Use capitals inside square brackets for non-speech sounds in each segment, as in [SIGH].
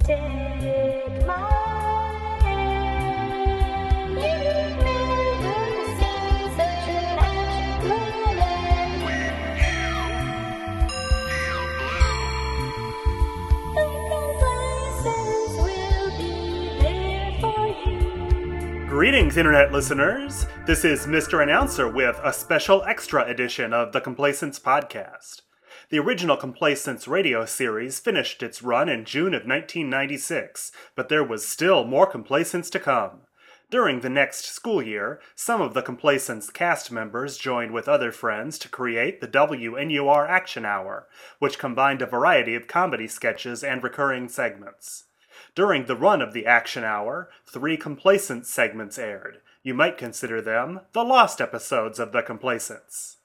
Take my hand. You remember the season at Moulin. Convalescence will be there for you. Greetings, internet listeners. This is Mr. Announcer with a special extra edition of the Complacence Podcast. The original Complacence radio series finished its run in June of 1996, but there was still more Complacence to come. During the next school year, some of the Complacence cast members joined with other friends to create the WNUR Action Hour, which combined a variety of comedy sketches and recurring segments. During the run of the Action Hour, three Complacent segments aired. You might consider them the lost episodes of the Complacents.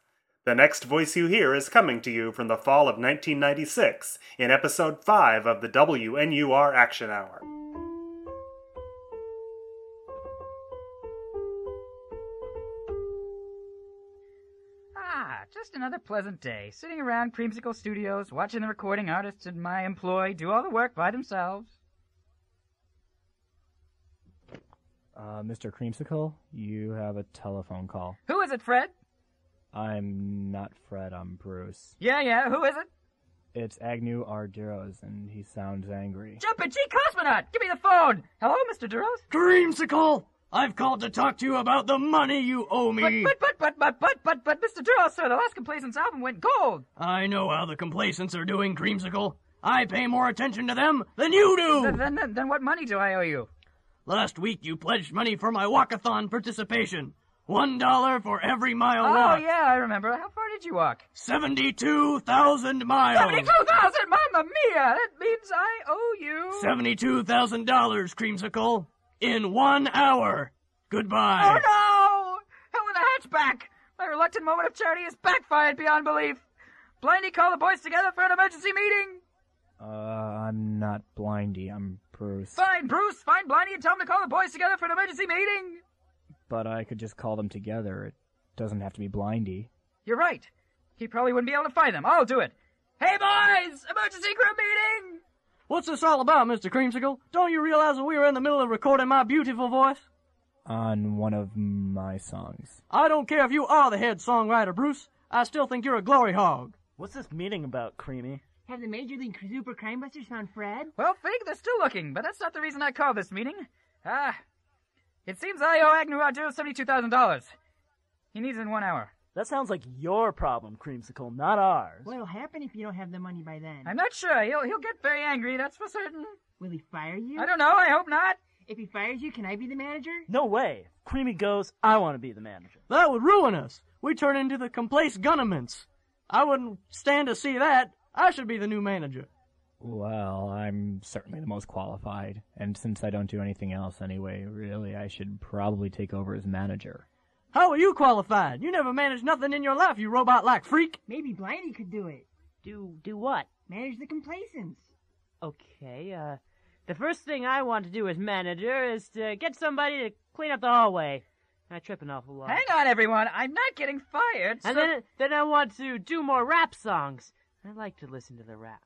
The next voice you hear is coming to you from the fall of 1996 in episode 5 of the WNUR Action Hour. Ah, just another pleasant day, sitting around Creamsicle Studios, watching the recording artists in my employ do all the work by themselves. Uh, Mr. Creamsicle, you have a telephone call. Who is it, Fred? I'm not Fred, I'm Bruce. Yeah, yeah, Uh, who is it? It's Agnew R. Duros, and he sounds angry. Jumpin' G Cosmonaut! Give me the phone! Hello, Mr. Duros? Dreamsicle! I've called to talk to you about the money you owe But, me. but, but, but, but, but, but, but, Mr. Duros, sir, the last Complacence album went gold! I know how the complacents are doing, Dreamsicle. I pay more attention to them than you Then, do. then, then, then what money do I owe you? Last week you pledged money for my walkathon participation. One dollar for every mile Oh, walked. yeah, I remember. How far did you walk? Seventy-two thousand miles. 72,000! Mamma mia! That means I owe you... Seventy-two thousand dollars, Creamsicle, in one hour. Oh Goodbye. no! Hell in a hatchback! My reluctant moment of charity has backfired beyond belief! Blindy, call the boys together for an emergency meeting! Uh, I'm not Blindy, I'm Bruce. Fine, Bruce, find Blindy and tell him to call the boys together for an emergency meeting! But I could just call them together. It doesn't have to be Blindy. You're right. He probably wouldn't be able to find them. I'll do it. Hey boys! Emergency group meeting! What's this all about, Mr. Creamsicle? Don't you realize that we were in the middle of recording my beautiful voice? On one of my songs. I don't care if you are the head songwriter, Bruce. I still think you're a glory hog. What's this meeting about, Creamy? Have the Major League Super Crime Busters found Fred? Well, Fig, they're still looking, but that's not the reason I called this meeting. Ah. it seems I owe Agnew Arduo $72,000. He needs it in one hour. That sounds like your problem, Creamsicle, not ours. What'll happen if you don't have the money by then? I'm not sure. He'll, he'll get very angry, that's for certain. Will he fire you? I don't know. I hope not. If he fires you, can I be the manager? No way. If Creamy goes, I want to be the manager. That would ruin us. We turn into the complace gunnaments. I wouldn't stand to see that. I should be the new manager. Well, I'm certainly the most qualified, and since I don't do anything else anyway, really, I should probably take over as manager. How are you qualified? You never managed nothing in your life, you robot-like freak. Maybe Blindy could do it. Do do what? Manage the complacents. Okay, uh the first thing I want to do as manager is to get somebody to clean up the hallway. I trip an awful lot. Hang on, everyone. I'm not getting fired. and so- then then I want to do more rap songs. I like to listen to the rap.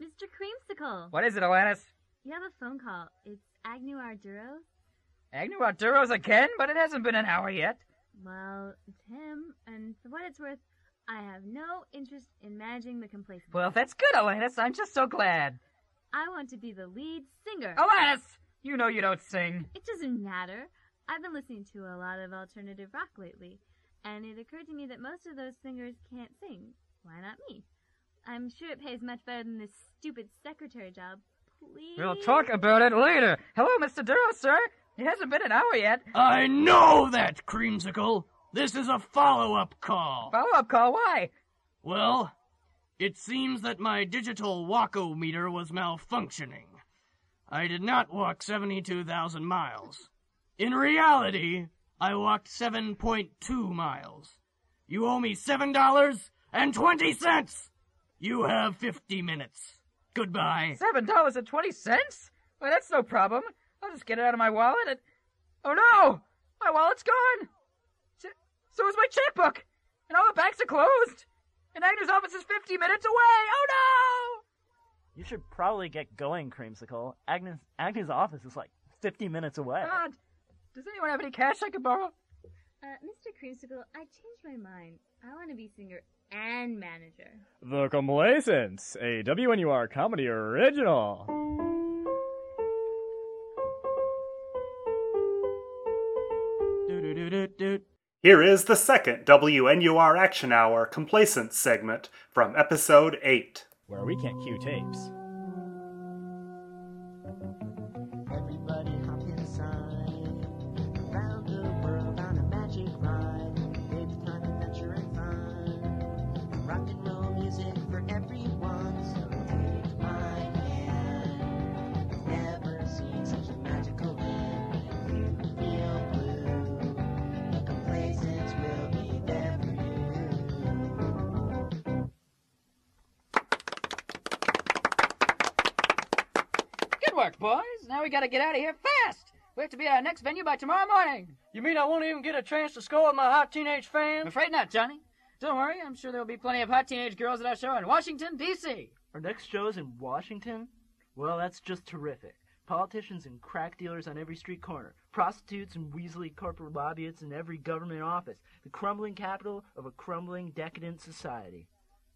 Mr. Creamsicle, What is it, Alanis? you have a phone call. It's Agnew Arduros. Agnew Arturo's again? But it hasn't been an hour yet. Well, it's him, and for what it's worth, I have no interest in managing the complacent. Well, that's good, Alanis. I'm just so glad. I want to be the lead singer. Alanis! You know you don't sing. It doesn't matter. I've been listening to a lot of alternative rock lately, and it occurred to me that most of those singers can't sing. Why not me? I'm sure it pays much better than this stupid secretary job. Please. We'll talk about it later. Hello, Mr. Duro, sir. It hasn't been an hour yet. I know that, Creamsicle. This is a follow-up call. Follow up call, why? Well, it seems that my digital walko meter was malfunctioning. I did not walk 72,000 miles. In reality, I walked 7.2 miles. You owe me $7.20. You have 50 minutes. Goodbye. Seven dollars and twenty cents? Well, that's no problem. I'll just get it out of my wallet and. Oh no! My wallet's gone! So so is my checkbook! And all the banks are closed! And Agner's office is 50 minutes away! Oh no! You should probably get going, Creamsicle. Agnes Agnes' office is like 50 minutes away. God, does anyone have any cash I could borrow? Uh, Mr. Creamsicle, I changed my mind. I want to be singer and manager. The Complacents, a WNUR comedy original. Do-do-do-do-do. Here is the second WNUR Action Hour complacence segment from episode 8. Where we can't cue tapes. Everybody hop inside. Round the world on a magic ride. It's time adventure and fun. Rock and roll music for everyone. So take my hand. Never seen such a magical land. You feel blue. The complacence will be there for you. Good work, boys. Now we gotta get out of here fast. We have to be at our next venue by tomorrow morning. You mean I won't even get a chance to score with my hot teenage I'm fans? afraid not, Johnny. Don't worry, I'm sure there will be plenty of hot teenage girls at our show in Washington, D.C. Our next show is in Washington? Well, that's just terrific. Politicians and crack dealers on every street corner, prostitutes and weaselly corporate lobbyists in every government office, the crumbling capital of a crumbling, decadent society.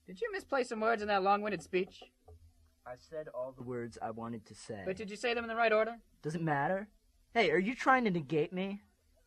Did you misplace some words in that long winded speech? I said all the words I wanted to say. But did you say them in the right order? Does it matter? Hey, are you trying to negate me?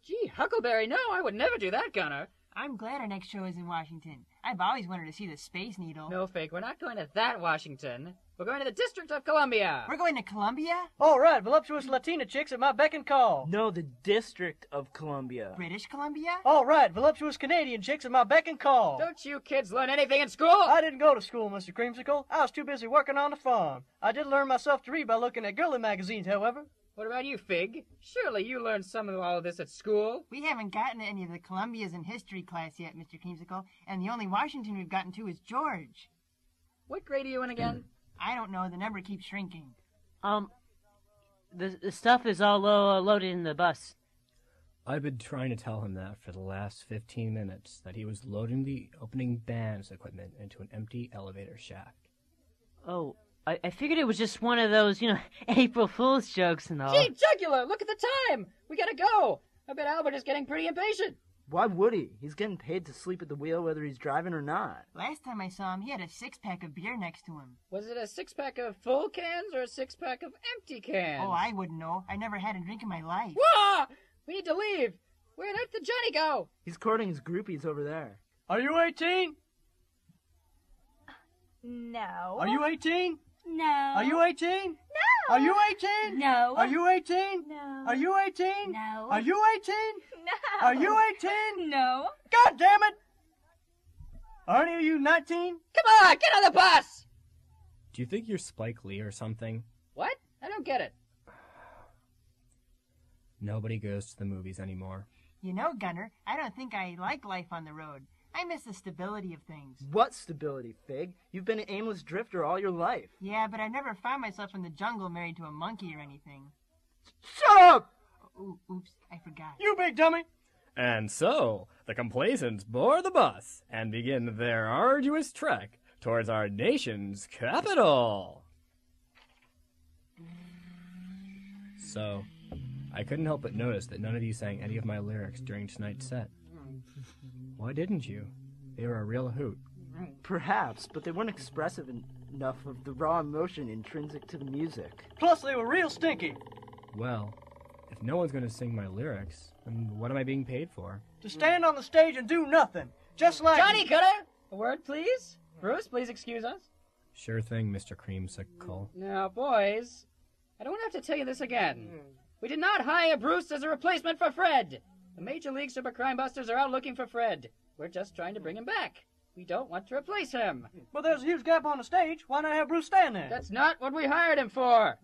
Gee, Huckleberry, no, I would never do that, Gunner. I'm glad our next show is in Washington. I've always wanted to see the Space Needle. No, Fake, we're not going to that Washington. We're going to the District of Columbia. We're going to Columbia? All right, voluptuous Latina chicks at my beck and call. No, the District of Columbia. British Columbia? All right, voluptuous Canadian chicks at my beck and call. Don't you kids learn anything in school? I didn't go to school, Mr. Creamsicle. I was too busy working on the farm. I did learn myself to read by looking at girly magazines, however. What about you, Fig? Surely you learned some of all of this at school. We haven't gotten to any of the Columbias in history class yet, Mr. Creamsicle, and the only Washington we've gotten to is George. What grade are you in again? I don't know, the number keeps shrinking. Um, the, the stuff is all lo- uh, loaded in the bus. I've been trying to tell him that for the last 15 minutes, that he was loading the opening band's equipment into an empty elevator shaft. Oh, I, I figured it was just one of those, you know, [LAUGHS] April Fool's jokes and all. Gee, jugular, look at the time! We gotta go! I bet Albert is getting pretty impatient. Why would he? He's getting paid to sleep at the wheel whether he's driving or not. Last time I saw him, he had a six pack of beer next to him. Was it a six pack of full cans or a six pack of empty cans? Oh, I wouldn't know. I never had a drink in my life. Wah! We need to leave! Where'd the Johnny go? He's courting his groupies over there. Are you 18? No. Are you 18? No. Are you 18? Are you 18? No. Are you 18? No. Are you 18? No. Are you 18? No. Are you 18? No. God damn it! Aren't you- you 19? Come on, get on the bus! Do you think you're Spike Lee or something? What? I don't get it. Nobody goes to the movies anymore. You know, Gunner, I don't think I like life on the road. I miss the stability of things. What stability, Fig? You've been an aimless drifter all your life. Yeah, but I never found myself in the jungle married to a monkey or anything. Shut up! Ooh, oops, I forgot. You big dummy! And so, the complacents board the bus and begin their arduous trek towards our nation's capital. So, I couldn't help but notice that none of you sang any of my lyrics during tonight's set. Why didn't you? They were a real hoot. Perhaps, but they weren't expressive en- enough of the raw emotion intrinsic to the music. Plus, they were real stinky. Well, if no one's going to sing my lyrics, then what am I being paid for? To stand on the stage and do nothing. Just like. Johnny Gunner! A word, please? Bruce, please excuse us. Sure thing, Mr. Creamsicle. Now, boys, I don't have to tell you this again. Hmm. We did not hire Bruce as a replacement for Fred. The Major League Super Crime Busters are out looking for Fred. We're just trying to bring him back. We don't want to replace him. But there's a huge gap on the stage. Why not have Bruce stand there? That's not what we hired him for.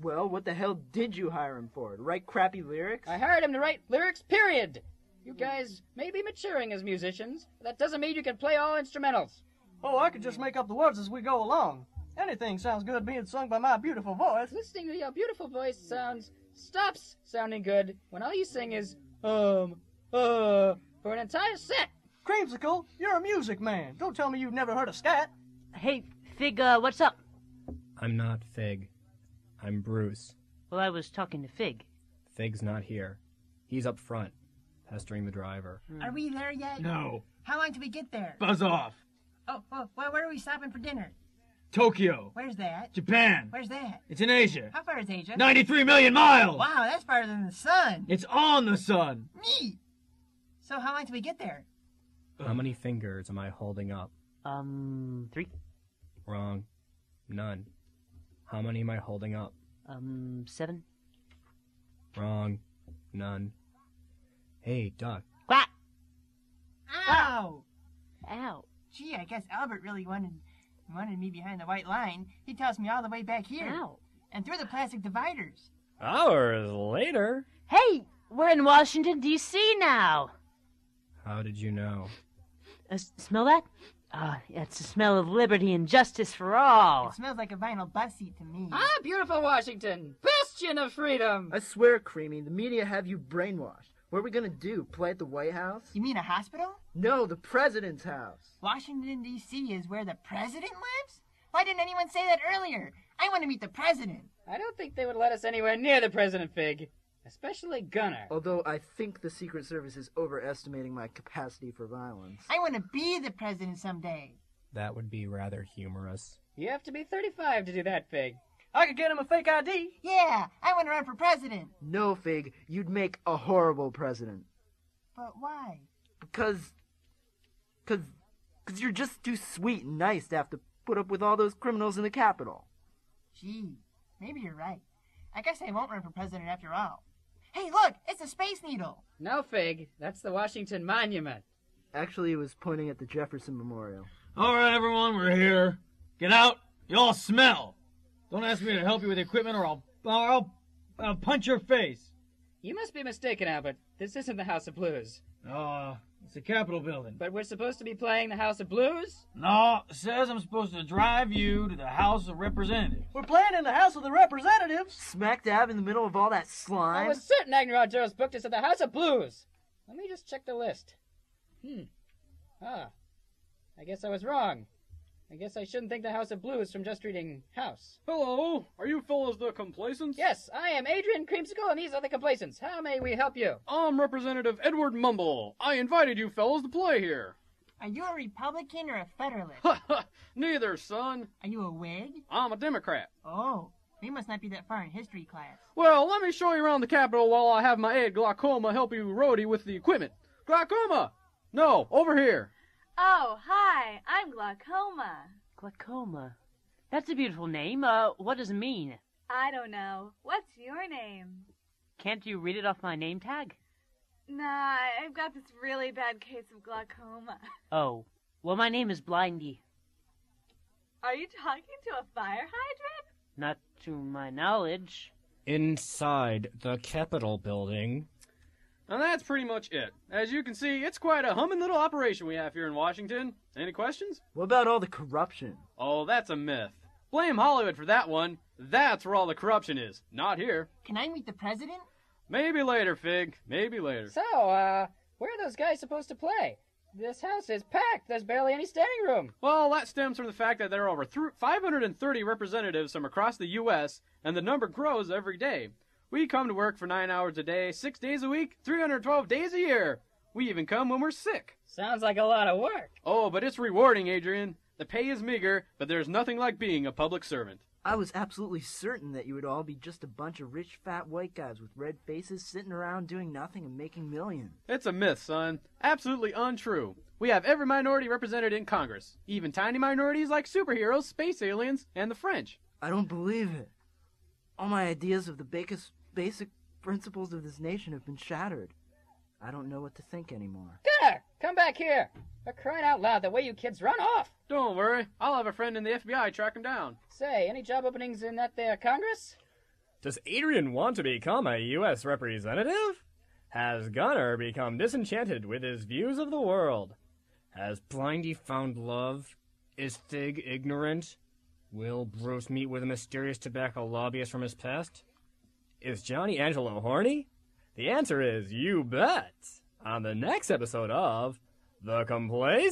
Well, what the hell did you hire him for? To write crappy lyrics? I hired him to write lyrics, period. You guys may be maturing as musicians, but that doesn't mean you can play all instrumentals. Oh, I could just make up the words as we go along. Anything sounds good being sung by my beautiful voice. Listening to your beautiful voice sounds stops sounding good when all you sing is um uh for an entire set. Creamsicle, you're a music man. Don't tell me you've never heard of scat. Hey, Fig, uh, what's up? I'm not Fig. I'm Bruce. Well, I was talking to Fig. Fig's not here. He's up front, pestering the driver. Hmm. Are we there yet? No. How long till we get there? Buzz off. Oh, oh, well, where are we stopping for dinner? Tokyo. Where's that? Japan. Where's that? It's in Asia. How far is Asia? 93 million miles. Wow, that's farther than the sun. It's on the sun. Neat. So how long till we get there? How many fingers am I holding up? Um, three. Wrong. None. How many am I holding up? Um, seven. Wrong. None. Hey, duck. Ow! Ow. Gee, I guess Albert really wanted wanted me behind the white line. He tossed me all the way back here. Ow. And through the plastic dividers. Hours later. Hey, we're in Washington, D.C. now. How did you know? Uh, s- smell that? Uh, it's the smell of liberty and justice for all. It smells like a vinyl bus seat to me. Ah, beautiful Washington, bastion of freedom. I swear, Creamy, the media have you brainwashed. What are we gonna do? Play at the White House? You mean a hospital? No, the president's house. Washington, D.C. is where the president lives? Why didn't anyone say that earlier? I want to meet the president. I don't think they would let us anywhere near the President Fig, especially Gunner. Although I think the Secret Service is overestimating my capacity for violence. I want to be the president someday. That would be rather humorous. You have to be 35 to do that, Fig. I could get him a fake ID. Yeah, I want to run for president. No, Fig, you'd make a horrible president. But why? Because. Because. Because you're just too sweet and nice to have to put up with all those criminals in the Capitol. Gee, maybe you're right. I guess I won't run for president after all. Hey, look, it's a space needle. No, Fig, that's the Washington Monument. Actually, it was pointing at the Jefferson Memorial. All right, everyone, we're here. Get out. You all smell. Don't ask me to help you with equipment, or I'll or I'll, I'll punch your face. You must be mistaken, Albert. This isn't the House of Blues. Ah, it's the Capitol building. But we're supposed to be playing the House of Blues? No, it says I'm supposed to drive you to the House of Representatives. We're playing in the House of the Representatives. Smack dab in the middle of all that slime. I was certain Agnarod Joe's booked us at the House of Blues. Let me just check the list. Hmm. Ah. I guess I was wrong. I guess I shouldn't think the House of Blues from just reading House. Hello, are you fellas the complacents? Yes, I am Adrian Creamsicle, and these are the Complacents. How may we help you? I'm Representative Edward Mumble. I invited you fellas to play here. [LAUGHS] Are you a Republican or a Federalist? Neither, son. Are you a Whig? I'm a Democrat. Oh, we must not be that far in history class. Well, let me show you around the Capitol while I have my aide Glaucoma help you roadie with the equipment. Glaucoma! No, over here. Oh, hi, I'm Glaucoma. Glaucoma. That's a beautiful name. Uh, what does it mean? I don't know. What's your name? Can't you read it off my name tag? Nah, I- I've got this really bad case of glaucoma. [LAUGHS] Oh, well, my name is Blindy. Are you talking to a fire hydrant? Not to my knowledge. Inside the Capitol building. And that's pretty much it. As you can see, it's quite a humming little operation we have here in Washington. Any questions? What about all the corruption? Oh, that's a myth. Blame Hollywood for that one. That's where all the corruption is. Not here. Can I meet the president? Maybe later, Fig. Maybe later. So, uh, where are those guys supposed to play? This house is packed. There's barely any standing room. Well, that stems from the fact that there are over thr 530 representatives from across the U.S., and the number grows every day. We come to work for nine hours a day, six days a week, 312 days a year. We even come when we're sick. Sounds like a lot of work. Oh, but it's rewarding, Adrian. The pay is meager, but there's nothing like being a public servant. I was absolutely certain that you would all be just a bunch of rich, fat white guys with red faces sitting around doing nothing and making millions. It's a myth, son. Absolutely untrue. We have every minority represented in Congress, even tiny minorities like superheroes, space aliens, and the French. I don't believe it. All my ideas of the basic, basic principles of this nation have been shattered. I don't know what to think anymore. Gunner, come back here. They're crying out loud the way you kids run off. Don't worry, I'll have a friend in the FBI track him down. Say, any job openings in that there Congress? Does Adrian want to become a U.S. representative? Has Gunner become disenchanted with his views of the world? Has Blindy found love? Is Fig ignorant? Will Bruce meet with a mysterious tobacco lobbyist from his past? Is Johnny Angelo horny? The answer is you bet! On the next episode of The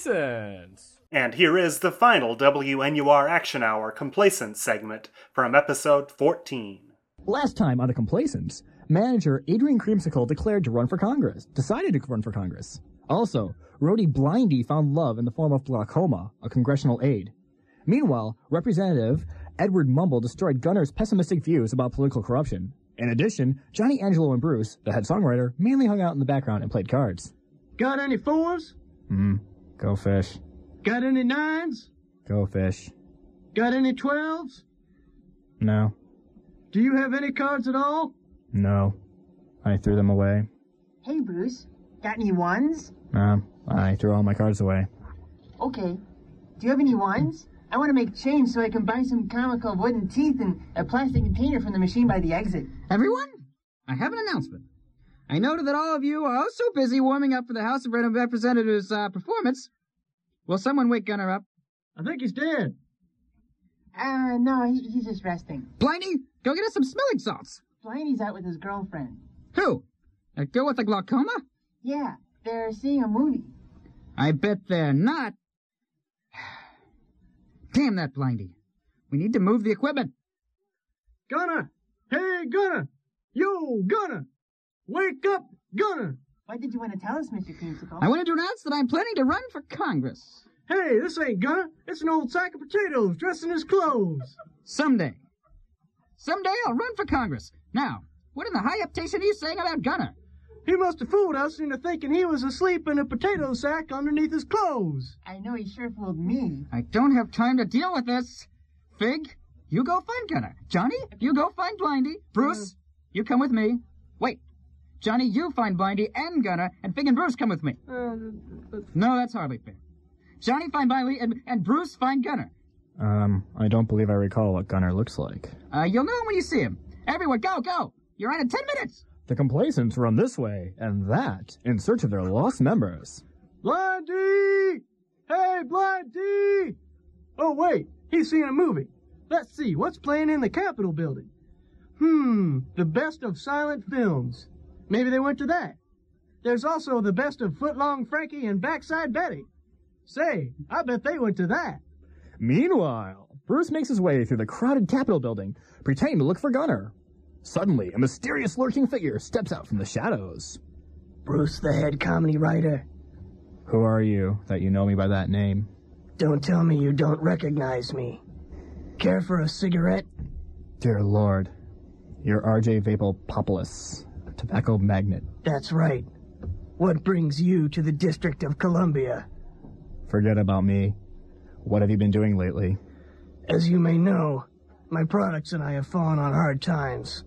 Complacents. And here is the final WNUR Action Hour Complacent segment from episode 14. Last time on the Complacents, manager Adrian Creamsicle declared to run for Congress, decided to run for Congress. Also, Rhodey Blindy found love in the form of glaucoma, a congressional aide. Meanwhile, Representative Edward Mumble destroyed Gunner's pessimistic views about political corruption. In addition, Johnny Angelo and Bruce, the head songwriter, mainly hung out in the background and played cards. Got any fours? Hmm, go fish. Got any nines? Go fish. Got any twelves? No, Do you have any cards at all? no. I threw them away. Hey, Bruce, got any ones? Um, I threw all my cards away. Okay. Do you have any ones? I want to make change so I can buy some comical wooden teeth and a plastic container from the machine by the exit. Everyone, I have an announcement. I noted that all of you are oh so busy warming up for the House of Representatives uh, performance. Will someone wake Gunner up? I think he's dead. Uh, no, he, he's just resting. Blindy, go get us some smelling salts. Bliney's out with his girlfriend. Who? A girl with a glaucoma? Yeah, they're seeing a movie. I bet they're not. [SIGHS] Damn that Blindy. We need to move the equipment. Gunner! Hey, Gunner! Yo, Gunner! Wake up, Gunner! What did you want to tell us, Mr. Creamsicle? I wanted to announce that I'm planning to run for Congress. Hey, this ain't Gunner. It's an old sack of potatoes dressed in his clothes. Someday. Someday I'll run for Congress. Now, what in the high uptation are you saying about Gunner? He must have fooled us into thinking he was asleep in a potato sack underneath his clothes. I know he sure fooled me. I don't have time to deal with this. Fig, you go find Gunner. Johnny, you go find Blindy. Bruce, you come with me. Wait. Johnny, you find Blindy and Gunner, and Fig and Bruce come with me. No, that's hardly fair. Johnny, find Blindy, and, and Bruce, find Gunner. Um, I don't believe I recall what Gunner looks like. Uh, you'll know him when you see him. Everyone, go, go! You're on in ten minutes! The complacents run this way and that in search of their lost members. Blindy! Hey, Blindy! Oh, wait, he's seen a movie. Let's see, what's playing in the Capitol building? Hmm, the best of silent films. Maybe they went to that. There's also the best of Footlong Frankie and Backside Betty. Say, I bet they went to that. Meanwhile, Bruce makes his way through the crowded Capitol building, pretending to look for Gunner. Suddenly, a mysterious lurking figure steps out from the shadows. Bruce, the head comedy writer. Who are you that you know me by that name? Don't tell me you don't recognize me. Care for a cigarette? Dear Lord, you're R.J. Vapopoulos, a tobacco magnet. That's right. What brings you to the District of Columbia? Forget about me. What have you been doing lately? As you may know, my products and I have fallen on hard times.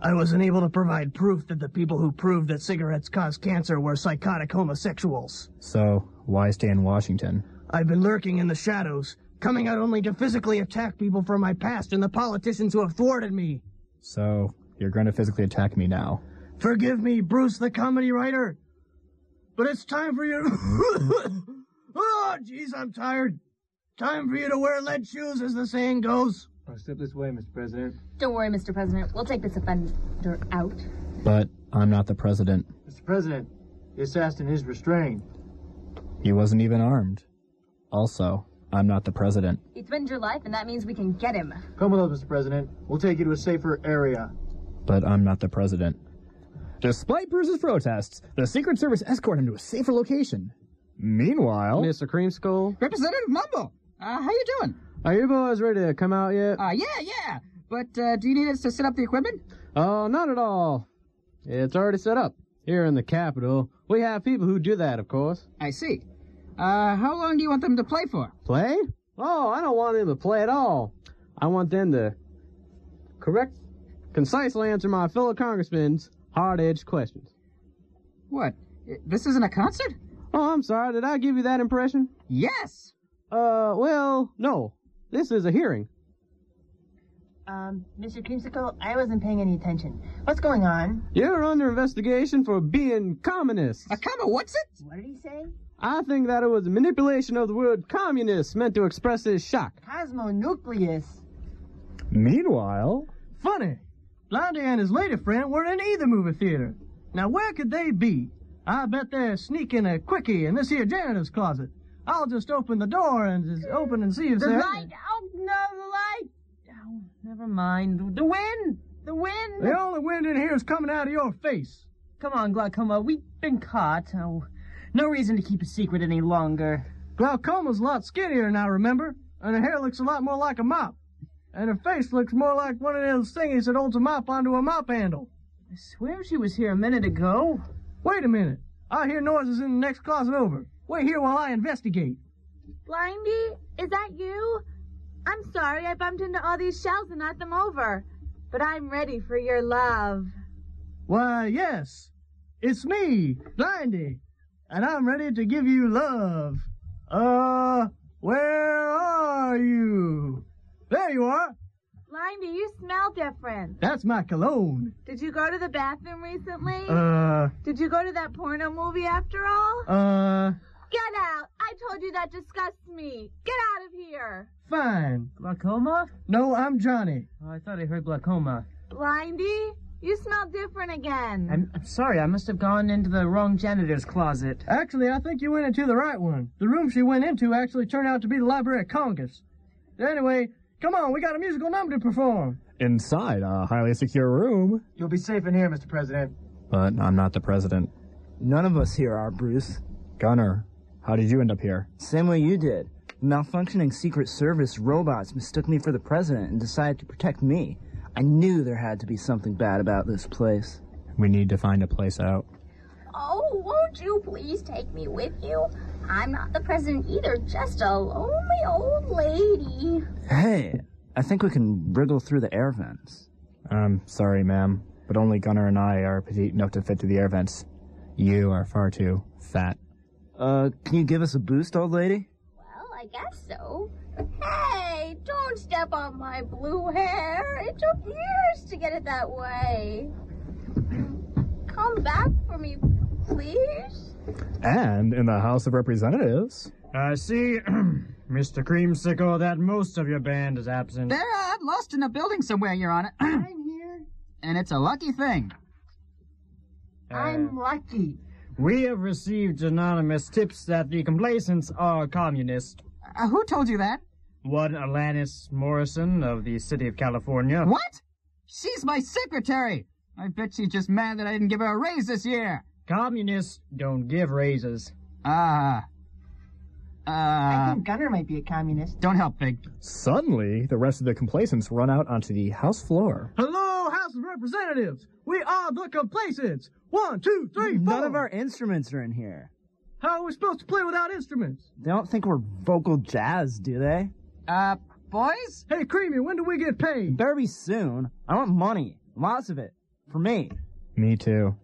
I was unable to provide proof that the people who proved that cigarettes cause cancer were psychotic homosexuals. So, why stay in Washington? I've been lurking in the shadows, coming out only to physically attack people from my past and the politicians who have thwarted me. So, you're going to physically attack me now. Forgive me, Bruce the comedy writer, but it's time for you. [COUGHS] oh, jeez, I'm tired. Time for you to wear lead shoes, as the saying goes. Step this way, Mr. President. Don't worry, Mr. President. We'll take this offender out. But I'm not the president. Mr. President, the assassin is restrained. He wasn't even armed. Also, I'm not the president. It's been your life, and that means we can get him. Come with us, Mr. President. We'll take you to a safer area. But I'm not the president. Despite Bruce's protests, the Secret Service escort him to a safer location. Meanwhile, Mr. Creamskull. Representative Mumble, uh, how you doing? Are you boys ready to come out yet? Uh, yeah, yeah. But uh, do you need us to set up the equipment? Oh, not at all. It's already set up. Here in the Capitol, we have people who do that, of course. I see. Uh, how long do you want them to play for? Play? Oh, I don't want them to play at all. I want them to correct, concisely answer my fellow congressmen's hard-edged questions. What? This isn't a concert? Oh, I'm sorry. Did I give you that impression? Yes. Uh, well, no. This is a hearing. Um, Mr. Creamsicle, I wasn't paying any attention. What's going on? You're under investigation for being communist. A comma? What's it? What did he say? I think that it was a manipulation of the word communist meant to express his shock. Oh, Cosmonucleus. Meanwhile, Funny. Blondie and his lady friend weren't in either movie theater. Now, where could they be? I bet they're sneaking a quickie in this here janitor's closet. I'll just open the door and just open and see if The they're. light! Oh, no, the light! Oh, never mind. The wind! The wind! The only wind in here is coming out of your face. Come on, Glaucoma, we've been caught. Oh, no reason to keep a secret any longer. Glaucoma's a lot skinnier than I remember, and her hair looks a lot more like a mop. And her face looks more like one of those thingies that holds a mop onto a mop handle. I swear she was here a minute ago. Wait a minute. I hear noises in the next closet over. Wait here while I investigate. Blindy, is that you? I'm sorry I bumped into all these shells and knocked them over, but I'm ready for your love. Why, yes, it's me, Blindy, and I'm ready to give you love. Uh, where are you? There you are. Blindy, you smell different. That's my cologne. Did you go to the bathroom recently? Uh, Did you go to that porno movie after all? uh, Get out! I told you that disgusts me. Get out of here. fine. Glaucoma? No, I'm Johnny. Oh, I thought I heard glaucoma. Blindy, you smell different again. I'm, I'm sorry, I must have gone into the wrong janitor's closet. Actually, I think you went into the right one. The room she went into actually turned out to be the Library of Congress. Anyway, come on, we got a musical number to perform. Inside a highly secure room. You'll be safe in here, Mr. President. But I'm not the president. None of us here are, Bruce. Gunner, how did you end up here? Same way you did. Malfunctioning Secret Service robots mistook me for the president and decided to protect me. I knew there had to be something bad about this place. We need to find a place out. Oh, won't you please take me with you? I'm not the president either, just a lonely old lady. Hey, I think we can wriggle through the air vents. I'm Um, sorry, ma'am, but only Gunner and I are petite enough to fit through the air vents. You are far too fat. Uh, can you give us a boost, old lady? Well, I guess so. Hey, don't step on my blue hair. It took years to get it that way. Come back for me, please. And in the House of Representatives. I see, [CLEARS THROAT] Mr. Creamsicle, that most of your band is absent. They're uh, lost in a building somewhere, Your Honor. [CLEARS THROAT] Uh, I'm here. And it's a lucky thing. I'm lucky. Uh, We have received anonymous tips that the complacents are communist. Uh, who told you that? One Alanis Morrison of the city of California. What? She's my secretary! I bet she's just mad that I didn't give her a raise this year. Communists don't give raises. Ah. Uh, I think Gunner might be a communist. Don't help, Big. Suddenly, the rest of the complacents run out onto the House floor. Hello, House of Representatives. We are the complacents. One, two, three, four. None of our instruments are in here. How are we supposed to play without instruments? They don't think we're vocal jazz, do they? Uh, boys? Hey, Creamy, when do we get paid? Better be soon. I want money. Lots of it. For me. Me too.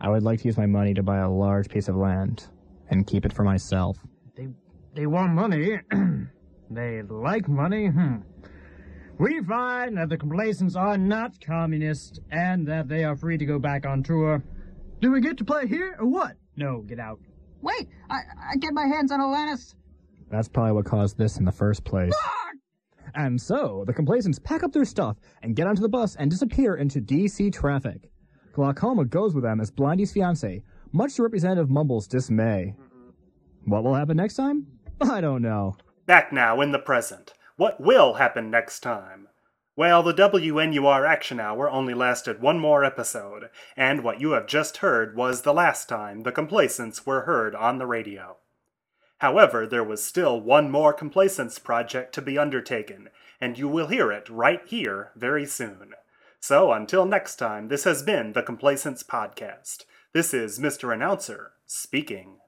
I would like to use my money to buy a large piece of land and keep it for myself. They want money. [CLEARS THROAT] they like money. Hmm. We find that the complacents are not communist and that they are free to go back on tour. Do we get to play here or what? No, get out. Wait, I, I get my hands on Alanis. That's probably what caused this in the first place. And so, the complacents pack up their stuff and get onto the bus and disappear into DC traffic. Glaucoma goes with them as Blindy's fiance, much to Representative Mumble's dismay. What will happen next time? I don't know. Back now in the present. What will happen next time? Well, the WNUR Action Hour only lasted one more episode, and what you have just heard was the last time the complacents were heard on the radio. However, there was still one more complacence project to be undertaken, and you will hear it right here very soon. So until next time, this has been the Complacence Podcast. This is Mr. Announcer speaking.